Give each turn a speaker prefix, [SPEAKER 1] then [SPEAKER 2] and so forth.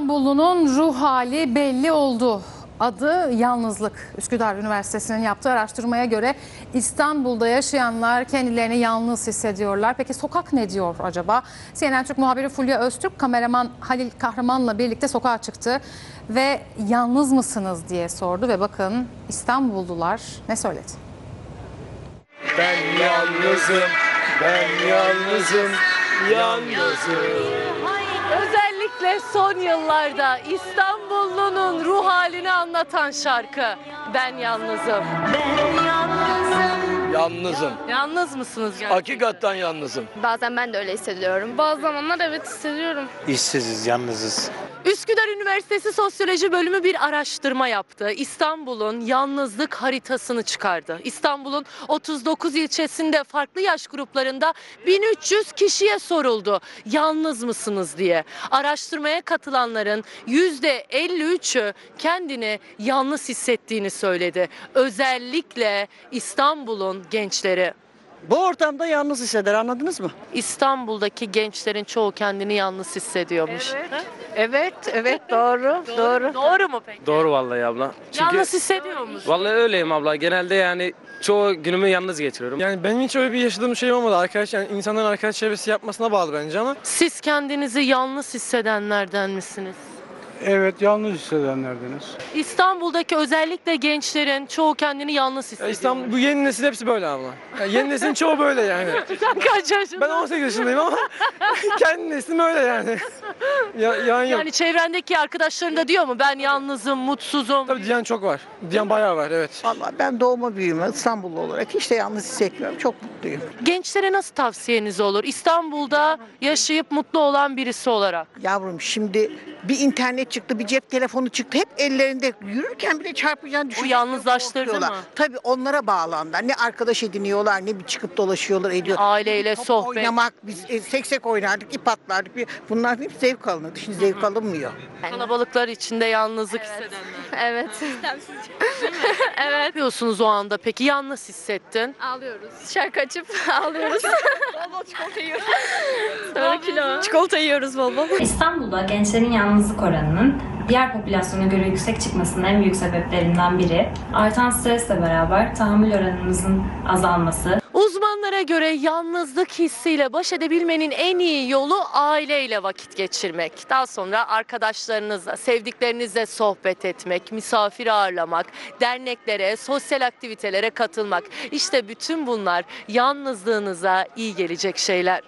[SPEAKER 1] İstanbullunun ruh hali belli oldu. Adı yalnızlık. Üsküdar Üniversitesi'nin yaptığı araştırmaya göre İstanbul'da yaşayanlar kendilerini yalnız hissediyorlar. Peki sokak ne diyor acaba? CNN Türk muhabiri Fulya Öztürk kameraman Halil Kahraman'la birlikte sokağa çıktı ve yalnız mısınız diye sordu ve bakın İstanbullular ne söyledi?
[SPEAKER 2] Ben yalnızım, ben yalnızım, yalnızım.
[SPEAKER 3] Özellikle son yıllarda İstanbullunun ruh halini anlatan şarkı Ben Yalnızım.
[SPEAKER 2] Yalnızım.
[SPEAKER 3] Yalnız mısınız gerçekten?
[SPEAKER 2] Hakikaten yalnızım.
[SPEAKER 4] Bazen ben de öyle hissediyorum. Bazı zamanlar evet hissediyorum.
[SPEAKER 5] İşsiziz, yalnızız.
[SPEAKER 3] Üsküdar Üniversitesi Sosyoloji Bölümü bir araştırma yaptı. İstanbul'un yalnızlık haritasını çıkardı. İstanbul'un 39 ilçesinde farklı yaş gruplarında 1300 kişiye soruldu. Yalnız mısınız diye. Araştırmaya katılanların %53'ü kendini yalnız hissettiğini söyledi. Özellikle İstanbul'un gençleri.
[SPEAKER 6] Bu ortamda yalnız hisseder anladınız mı?
[SPEAKER 3] İstanbul'daki gençlerin çoğu kendini yalnız hissediyormuş.
[SPEAKER 7] Evet, evet doğru, doğru.
[SPEAKER 3] Doğru mu peki?
[SPEAKER 8] Doğru vallahi abla. Çünkü
[SPEAKER 3] Yalnız hissediyor musun?
[SPEAKER 8] vallahi öyleyim abla. Genelde yani çoğu günümü yalnız geçiriyorum.
[SPEAKER 9] Yani benim hiç öyle bir yaşadığım şey olmadı arkadaş. Yani insanların arkadaş çevresi yapmasına bağlı bence ama.
[SPEAKER 3] Siz kendinizi yalnız hissedenlerden misiniz?
[SPEAKER 10] Evet yalnız hissedenlerdeniz.
[SPEAKER 3] İstanbul'daki özellikle gençlerin çoğu kendini yalnız
[SPEAKER 9] Ya
[SPEAKER 3] hissediyor.
[SPEAKER 9] İstanbul, bu yeni nesil hepsi böyle ama. Yani yeni neslin çoğu böyle yani.
[SPEAKER 3] Sen kaç yaşındasın?
[SPEAKER 9] Ben 18 yaşındayım ama kendi neslim öyle yani. Ya, yani yok.
[SPEAKER 3] Yani çevrendeki arkadaşların da diyor mu ben yalnızım, mutsuzum?
[SPEAKER 9] Tabii diyen çok var. Diyen bayağı var evet.
[SPEAKER 6] Vallahi ben doğma büyüme İstanbullu olarak hiç de yalnız hissetmiyorum. Çok mutluyum.
[SPEAKER 3] Gençlere nasıl tavsiyeniz olur? İstanbul'da yaşayıp mutlu olan birisi olarak.
[SPEAKER 6] Yavrum şimdi bir internet çıktı, bir cep telefonu çıktı. Hep ellerinde yürürken bile çarpacağını düşünüyorlar.
[SPEAKER 3] yalnızlaştırdı mı?
[SPEAKER 6] Tabii onlara bağlandılar. Ne arkadaş ediniyorlar, ne bir çıkıp dolaşıyorlar, ediyor.
[SPEAKER 3] Aileyle
[SPEAKER 6] Top
[SPEAKER 3] sohbet.
[SPEAKER 6] Oynamak, biz e, seksek oynardık, ip atlardık. Bir- Bunlar hep zevk alınırdı. Şimdi zevk alınmıyor.
[SPEAKER 3] Kalabalıklar içinde yalnızlık hissedenler.
[SPEAKER 4] Evet.
[SPEAKER 3] Ne yapıyorsunuz o anda peki? Yalnız hissettin.
[SPEAKER 4] Ağlıyoruz. Şarkı açıp ağlıyoruz. Sonra kilo.
[SPEAKER 11] İstanbul'da gençlerin yalnızlık oranının diğer popülasyona göre yüksek çıkmasının en büyük sebeplerinden biri artan stresle beraber tahammül oranımızın azalması,
[SPEAKER 3] Uzmanlara göre yalnızlık hissiyle baş edebilmenin en iyi yolu aileyle vakit geçirmek. Daha sonra arkadaşlarınızla, sevdiklerinizle sohbet etmek, misafir ağırlamak, derneklere, sosyal aktivitelere katılmak. İşte bütün bunlar yalnızlığınıza iyi gelecek şeyler.